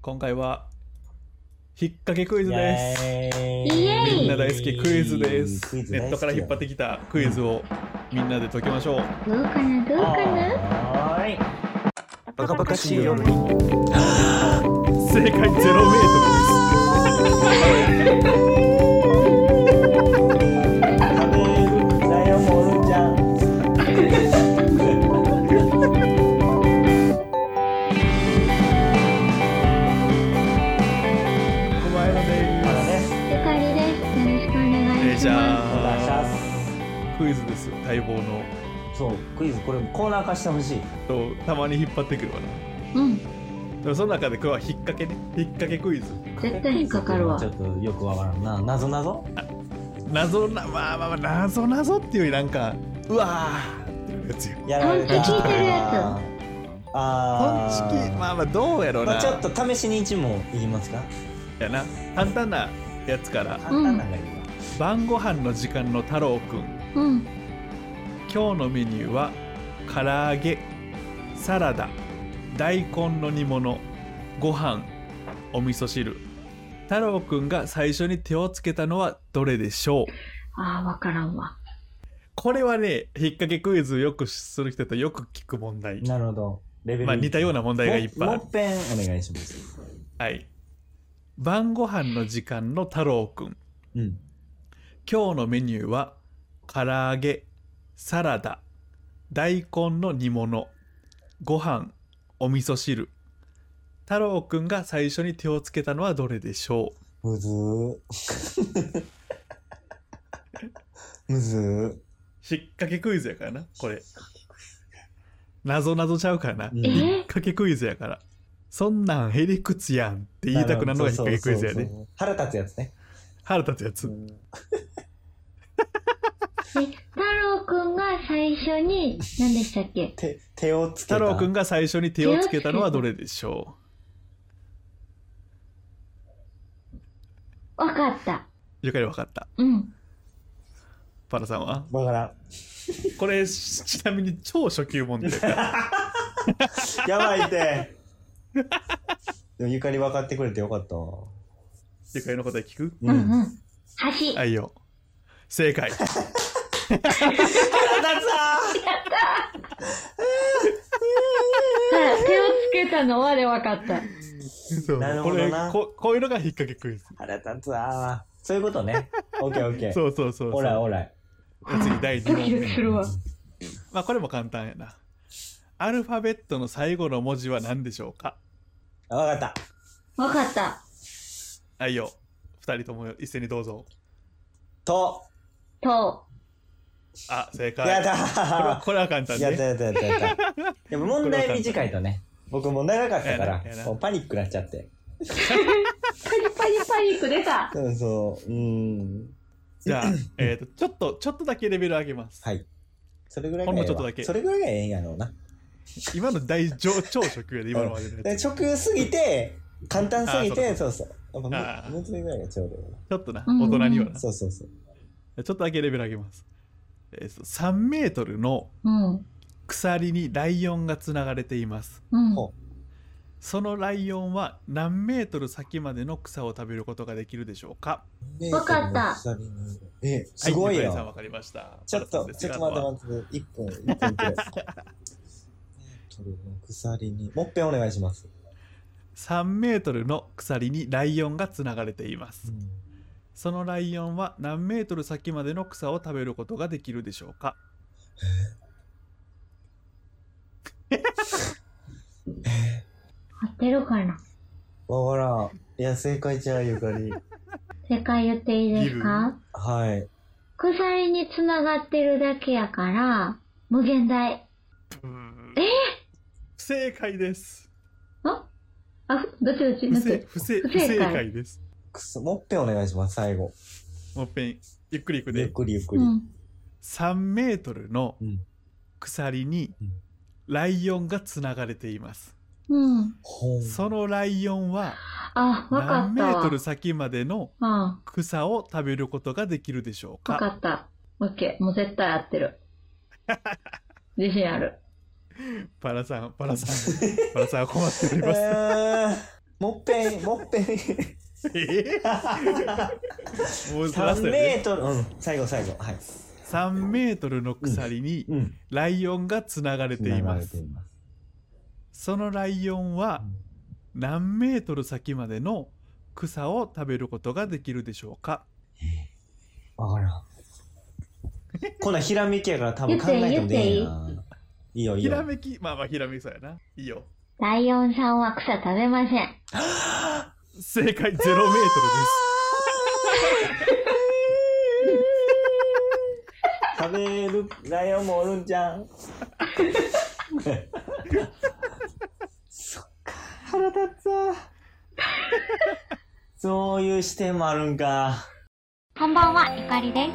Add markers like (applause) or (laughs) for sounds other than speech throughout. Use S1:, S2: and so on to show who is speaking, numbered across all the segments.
S1: 今回は、引っ掛けクイ
S2: イ
S1: ズです。
S2: エー
S3: イエーイ
S1: みんな大好きクイズです。
S2: クイズ大
S1: ネ
S2: 好き
S1: ットから引っ張ってきたクイズをみんなで解きましょう。
S3: どうかなどうかな
S2: はーい。
S4: バカバカしいよ
S1: 正解0メートルです。
S2: 食べるだよ、モルちゃん。
S1: 小前ので
S2: あのね、
S3: ゆかりですよろしくお願
S1: え
S3: い
S1: じ
S3: しま
S2: お願いし
S1: ゃあ、
S2: ま
S1: クイズですよ、待望の。
S2: す。そう、クイズ、これコーナー化してほしい。
S1: とたまに引っ張ってくるわな。
S3: すうん
S1: でもその中で今日は引っ掛けね。引っ掛けクイズ。
S3: 絶対引っかかるわ
S2: ちょっとよくわからんな。なぞなぞ
S1: 謎な、まあまあまあ、謎謎っていうよりなんか、うわーっていうやつよ。
S2: やられた。
S3: パンチ効いてるや
S2: つ。あ
S1: 本
S2: ー
S1: 式、まあまあどうやろう
S2: ま
S1: な。
S2: あ、ちょっと試しに一問いきますか
S1: やな。簡単なやつから、
S2: 簡単なのがいいわ、
S1: 晩ご飯の時間の太郎くん。
S3: うん
S1: 今日のメニューは唐揚げサラダ大根の煮物ご飯お味噌汁太郎くんが最初に手をつけたのはどれでしょう
S3: ああわからんわ
S1: これはね引っ掛けクイズよくする人とよく聞く問題
S2: なるほどレベル
S1: まあ似たような問題がいっぱいあ
S2: も
S1: る
S2: もっぺんお願いします
S1: はい晩ご飯の時間の太郎くん
S2: うん
S1: 今日のメニューは唐揚げサラダ大根の煮物ご飯お味噌汁太郎くんが最初に手をつけたのはどれでしょ
S2: むずー (laughs) むずー
S1: う引っ掛けクイズやからなこれ謎謎ちゃうからな、
S2: うん
S3: え
S1: 引っ掛けクイズやからそんなんへりくつやんって言いたくなるのが引っ掛けクイズや
S2: そう
S1: で、
S2: そうそうそう腹立つやつね、
S1: 腹立つやつ、
S3: え太郎くんが最初に何でしたっけ
S2: 手手をつけた
S1: 太郎くんが最初に手をつけたのはどれでしょ
S3: わかった
S1: うゆかりわかった
S3: うん
S1: パラさんは
S2: (laughs) わからん
S1: これしちなみに超初級問題だから
S2: やばいって (laughs) でもゆかり分かってくれてよかったわ
S1: ゆかりの答え聞く
S3: うんうん、橋
S1: はいよ正
S2: (laughs)
S1: 解
S2: 腹立つわ
S3: はい手をつけたのはでわかった
S1: そう
S2: なるほどな
S1: これここういうのが引っ掛けクイズ
S2: 腹立つわそういうことねオッケーオッケー
S1: そうそうそうそ
S2: オ
S1: う
S2: ラオラ
S1: 次第2
S3: ドキ
S1: 問
S3: ドキするわ
S1: まあこれも簡単やなアルファベットの最後の文字は何でしょうか
S2: あわかった
S3: わかった
S1: はいよ2人とも一斉にどうぞ
S2: と
S3: と
S1: あ正解
S2: やだ
S1: これは
S2: ー
S1: これは簡単
S2: やった
S1: ね
S2: やったやったやったやっぱ問題短いとね僕もう長かったか
S1: や
S2: ら
S1: なやな
S2: もうパニックなっちゃって
S3: パリパリパリック出た
S2: そうそううーん
S1: じゃあ、えー、とちょっとちょっとだけレベル上げます、
S2: はいそれぐらい
S1: ほ
S2: が
S1: んの
S2: ええ
S1: ちょっと
S2: わ
S1: だけ
S2: それぐらいがええんやろうな
S1: 今の大上超初級やで今のまでのや
S2: で
S1: つち
S2: 直すぎて簡単すぎ
S1: あ
S2: てそうそうやっ
S1: あ
S2: ぱ
S1: ー
S2: むむずいぐらいがちょうどいいな
S1: ょっとな
S3: うん
S1: 大人にはな
S2: そうそうそう
S1: ちょっとだけレベル上げます。えーそう3メートルの
S3: うん
S1: 鎖にライオンがつながれています。
S3: うん
S2: ほ
S1: そのライオンは何メートル先までの草を食べることができるでしょうか
S2: う
S3: わかった
S2: えすごい
S1: はゆかり
S2: よ
S1: さんわかりました。
S2: ちょっと、
S1: パラ
S2: ち
S1: さ
S2: ょ
S1: ん
S2: っ
S1: ですが
S2: と待って待って、一分、一分くらい。鳥の鎖に、もっぺんお願いします。
S1: 3メートルの鎖にライオンがつながれています。そのライオンは何メートル先までの草を食べることができるでしょうか
S3: 合ってるかな
S2: わからん。いや、正解ちゃう、ゆかり。
S3: 正解言っていいですか
S2: はい。
S3: 鎖につながってるだけやから無限大え
S1: 不正解です。
S3: ああふどっちどっち
S1: 不
S3: どっ
S1: 正
S3: ち
S1: 不正
S3: 不
S1: 不
S3: 正解
S1: 正解です。
S2: くそ、もっぺんお願いします、最後。
S1: もうペン、ゆっくりいく
S2: ゆ
S1: で
S2: っ。くりゆっく
S3: う
S2: り。
S3: ん
S1: 3メートルの
S2: うん
S1: 鎖に
S2: うん
S1: ライオンがつながれています、
S3: うん
S2: ほん。
S1: そのライオンは
S3: あわか
S1: 何
S3: っ
S1: メ
S3: た
S1: ー
S3: わ
S1: トル先までの
S3: あ
S1: 草を食べることができるでしょう
S3: わか
S1: か
S3: ったオッケーもう絶対合って
S1: (laughs)
S3: る自信ある
S1: パラさんパラさんパラさんは困っており
S2: え
S1: ます
S2: ーもっぺん、もっぺ
S1: (laughs)
S2: ん。3
S1: えー、もうラストや
S2: メ
S1: で
S2: ートル、うん、最後、最後。はい。
S1: 3メートルの鎖に
S2: うん。
S1: ライオンがつながれていま
S2: 繋がれて
S1: す
S2: います。
S1: そのライオンは何メートル先までの草を食べることができるでしょうか
S2: わからん。こんなんひらめきやから多分考えても出えへんな。いいよ、いい
S1: ひ
S2: よ。
S1: らめきまあまあひらめきそうやないいよ
S3: ライオンさんは草食べません。
S1: 正解0メートルです
S2: 食べるライオンもおるんじゃん。そっか、腹立つわ。そういう視点もあるんか。
S3: こんばんは、ゆかりです。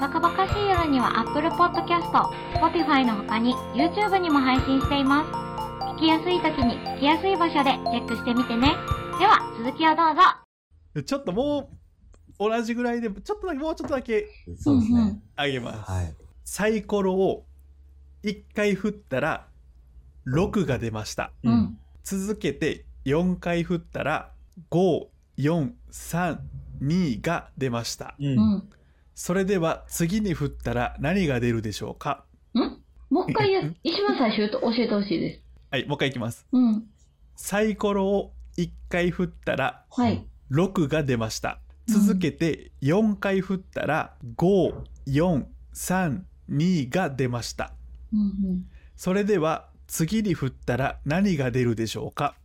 S3: バカバカしい夜には Apple Podcast、Spotify の他に YouTube にも配信しています。聞きやすい時に聞きやすい場所でチェックしてみてね。では、続きをどうぞ。
S1: ちょっともう同じぐらいでちょっとだけもうちょっとだけ
S2: そうです
S3: うんう
S2: ね
S3: ん。
S1: あげます
S2: はい。
S1: サイコロを1回振ったら6が出ました
S3: うん。
S1: 続けて4回振ったら5432が出ました
S2: う。
S3: うんん。
S1: それでは次に振ったら何が出るでしょうか
S3: もう一回や、
S1: (laughs)
S3: 一番最初と教えてほしいです。
S1: はいもう一回いきます
S3: うん。
S1: サイコロを1回振ったら
S3: はい。
S1: 6が出ました
S3: うん
S1: 続けて4回振ったら5432が出ました
S3: うんうん。
S1: それでは次に振ったら何が出るでしょうか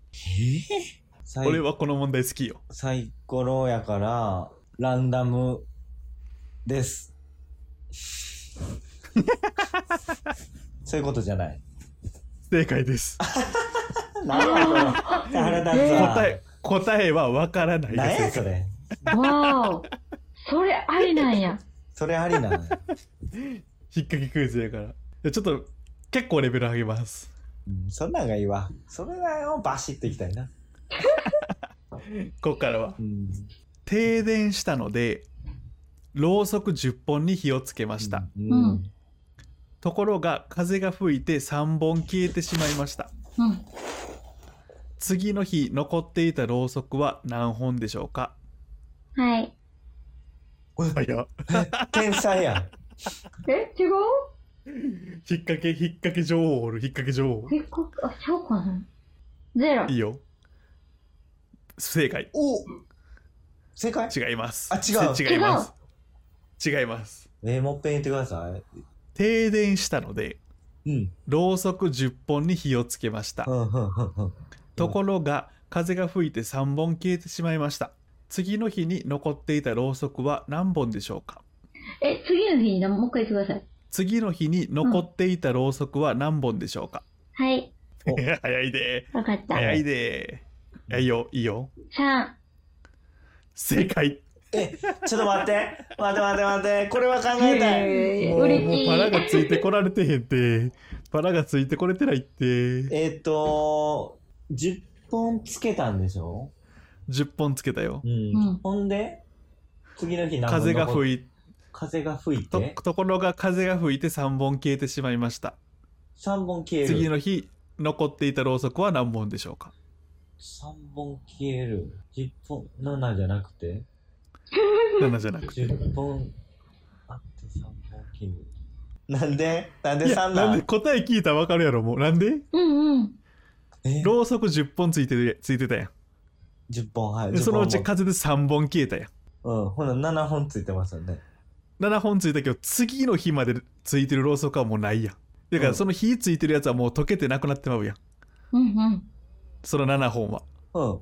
S2: サイ
S1: 俺はこの問題好きよ
S2: サイコロやから、ランダムです。そういうことじゃない。
S1: 正解です
S2: なんだこれ腹立つわ。
S1: 答え答えはわからない
S2: 何
S1: で
S2: や
S1: す
S2: それ。
S3: わーそれありなんや。
S2: それありなの。
S1: 引っ掛けクイズやからいやちょっと結構レベル上げます
S2: うんそんなんがいいわ。それだよ、バシッといきたいな。
S1: ここからは
S2: うん。
S1: 停電したのでろうそく10本に火をつけました、
S2: う
S3: うんん。
S1: ところが風が吹いて3本消えてしまいました
S3: うん。
S1: 次の日残っていたろうそくは何本でしょうか
S3: はい。
S1: いや
S2: 天才やん。
S3: え、違う
S1: 引っ掛け引っ掛け女王おる引っ掛け女王
S3: え、こ、あ、そうかなゼロ
S1: い。いよ不正解
S2: お正解
S1: 違います
S2: あ違う
S1: せ違います違います
S2: えー、もっぺん言ってください。
S1: 停電したので
S2: うん。
S1: ろうそく10本に火をつけました
S2: うん、うん、うん、うん。
S1: ところが風が吹いて3本消えてしまいました次の日に残っていたろうそくは何本でしょうか
S3: え、次の日にもう一回言ってください。
S1: 次の日に残っていたろうそくは何本でしょうか、
S3: はい。
S2: お
S1: 早いで
S3: わかった。
S1: 早いでいやいいよいいよ
S3: 三。
S1: 正解
S2: え、ちょっと待って。待って待って待って。これは考えたい。
S3: えー
S1: もう
S3: 嬉
S1: も
S3: し
S1: う
S3: い。
S1: パラがついてこられてへんってパラがついてこれてないって
S2: えっ、と、10本つけたんでしょ
S1: 10本つけたよ
S2: う
S3: うん
S2: ん。ほんで、次の日何本
S1: 風が吹い
S2: 風が吹い
S1: と
S2: て、
S1: ところが風が吹いて3本消えてしまいました
S2: 3本消える。
S1: 次の日残っていたろうそくは何本でしょうか
S2: 3本消える。10本、7じゃなくて
S1: 7じゃなくて
S2: 10本あって3本切る。なんでなんで
S1: いや
S2: 3
S1: な
S2: なん
S1: で答え聞いたら分かるやろもうなんで
S3: うんうん。
S2: え
S1: ろうそく10本ついてるついてたや
S2: 10本はい。
S1: んそのうち
S2: 10本
S1: 風で3本消えたやん
S2: もうん、ほな7本ついてますよね。
S1: 7本ついたけど次の日までついてるろうそくはもうないやんだか
S2: う
S1: ら
S2: ん
S1: その火ついてるやつはもう溶けてなくなってまうやん
S3: うんうん。
S1: その7本は
S2: うん。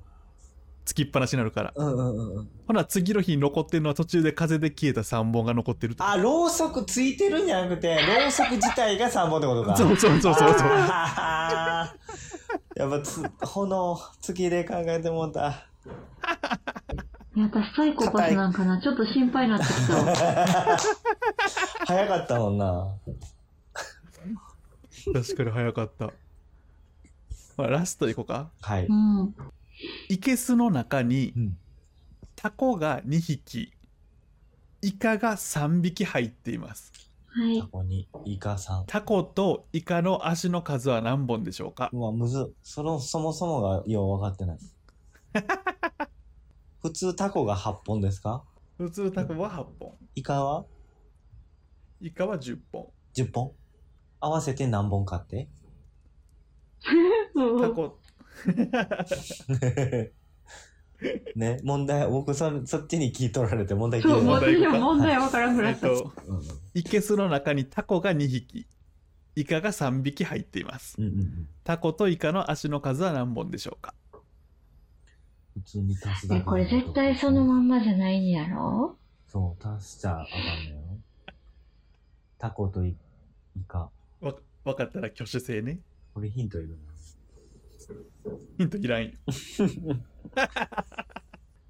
S1: つきっぱなしになるから
S2: うんうんうんうん。
S1: ほな次の日に残ってるのは途中で風で消えた3本が残ってると
S2: あ、ろうそくついてるんじゃなくて、ろうそく自体が3本ってこと (laughs) か。
S1: そうそうそうそうそう
S2: あーやっぱつ、炎、月で考えてもうた。 (laughs)
S3: やっぱサイコパスなんかな。ちょっと心配になってきたわ。。
S2: 早かったもんな。
S1: 確かに早かった、まあ、ラストいこうか
S2: はいう
S3: ん。
S1: いけすの中に
S2: うん
S1: タコが2匹イカが3匹入っています
S3: はい
S2: タ。コにイカさん。
S1: タコとイカの足の数は何本でしょうか
S2: うわ、むずっ。その、そもそもがよう分かってない。 (laughs) 普通タコが8本ですか
S1: 普通タコは8本
S2: イカは
S1: イカは10本
S2: ?10 本合わせて何本買って (laughs)
S1: タコ
S2: ね、問題、僕そ、そっちに聞い取られて問題聞い
S3: そう、
S2: て
S3: も
S2: な
S3: う
S2: い。
S3: 私は問題わからんく
S1: え
S3: な
S1: っ
S3: った。
S1: と
S2: うん
S1: いけすの中にタコが2匹イカが3匹入っています
S2: うんうん
S1: タコとイカの足の数は何本でしょうか
S2: 普通に足すだ
S3: え
S2: け。
S3: これ絶対そのまんまじゃないんやろ
S2: そう、足しちゃあかんのよ。タコとイイカ。
S1: わわかったら挙手制ね
S2: これヒントいるな。
S1: ヒントいらんよ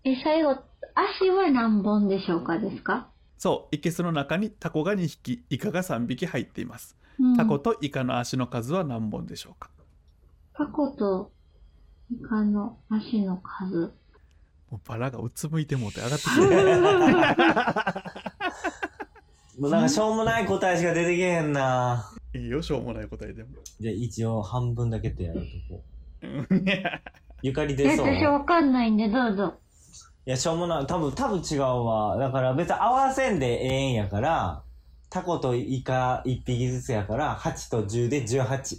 S3: え、最後、足は何本でしょうかですか
S1: そういけすの中にタコが2匹イカが3匹入っています
S3: うん
S1: タコとイカの足の数は何本でしょうか
S3: タコとイカの足の数。
S1: (laughs) もうバラがうつむいてもうて上がってく
S3: (laughs)
S1: る
S2: もうなんかしょうもない答えしか出てけへんな。
S1: いいよしょうもない答えでも
S2: じゃあ一応半分だけってやると
S1: う
S2: こう。
S1: んいや
S2: ゆかり
S3: え
S2: 出そう。
S3: 私
S2: い
S3: わかんないんで、どうぞ。
S2: や、しょうもない。多分、多分違うわ。だから別に合わせんでええんやから、タコとイカ1匹ずつやから、8と10で18。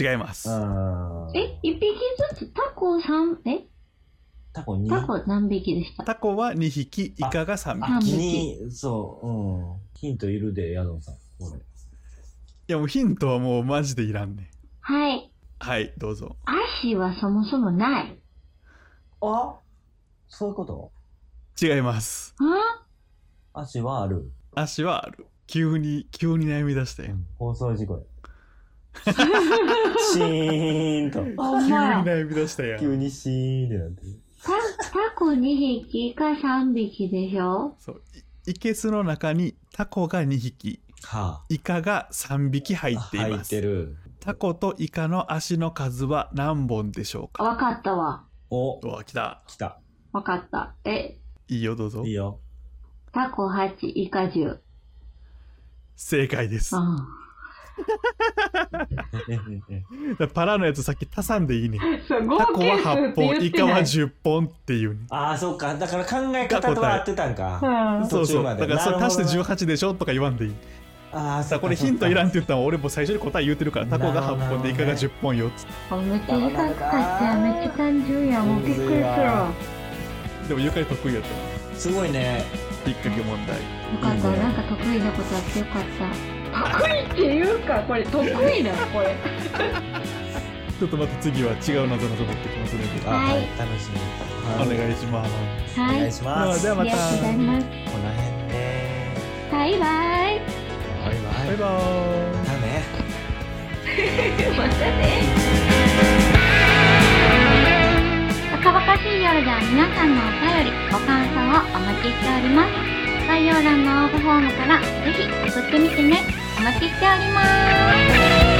S1: 違います、
S2: うーん。
S3: え、一匹ずつタコ三え
S2: タコ2。
S3: タコ何匹でした
S1: タコは2匹イカが3匹
S2: あ、気に、そう、うん。ヒントいるで、ヤドンさん。これ。
S1: いやもうヒントはもうマジでいらんね
S3: はい。
S1: はいどうぞ
S3: 足はそもそもない。
S2: あそういうこと
S1: 違います
S3: あ
S2: 足はある。
S1: 足はある急に急に悩み出して
S2: 放送事故
S1: (laughs)
S2: や。シーンと。
S3: お
S1: 急に
S3: 前。タ
S1: 悩み出したや
S2: 急
S1: ん
S2: にシーンってなってる。
S3: タコ二匹、イカ三匹でしょ
S1: そういいけすの中にタコが2匹
S2: は
S1: イカが3匹入
S2: あ。
S1: っています
S2: る。
S1: タコとイカの足の数は何本でしょうか
S3: わかったわ。
S2: お、
S1: うわ来た
S2: 来た。
S3: わかった。え、
S1: いいよどうぞ
S2: いいよ。
S3: タコ八、イカ十。うん。
S1: 正解ですパラのやつさっき足さんでいいね
S3: そう、
S1: タ
S3: 合
S1: コは8本イカは10本っていうね
S2: ああ、そっか。だから考え方とは合ってたんか。
S3: うん。
S1: そうそう
S2: 途中ま
S1: だか
S2: で
S1: らそれ
S2: なる
S1: 足
S2: ほ
S1: して
S2: どね
S1: 18でしょとか言わんでいい
S2: ああ、そ
S1: さ
S2: っ
S1: あ
S2: か
S1: これヒントいらんっ
S2: そ
S1: て言ったの俺も最初に答え言うてるからタコが8本でイカが10本よっつって
S3: めっちゃ時間かかってめっちゃ単純やもうびっくりするわ
S1: でもゆかり得意やった
S2: っかすごいね。
S1: 引っ掛け問題
S3: よかったなんか得意なことあってよかった得意っていうかこれ得意なのこれ
S1: ちょっとまた次は違う謎々持ってきますので
S2: あ
S3: はい
S2: はい、楽しみ。
S1: お願いします
S2: お
S3: はい
S2: 願いします。
S1: ではま
S2: こ
S3: あり
S1: た
S3: がとうございます
S2: の辺で。
S3: バイ
S2: バ
S3: バイ
S2: イバ
S1: バイバーイ
S2: だね。
S3: またね
S5: バカバカしい夜では皆さんのお便り、ご感想をお待ちしております。概要欄の応募フォームからぜひ送ってみてね。お待ちしております。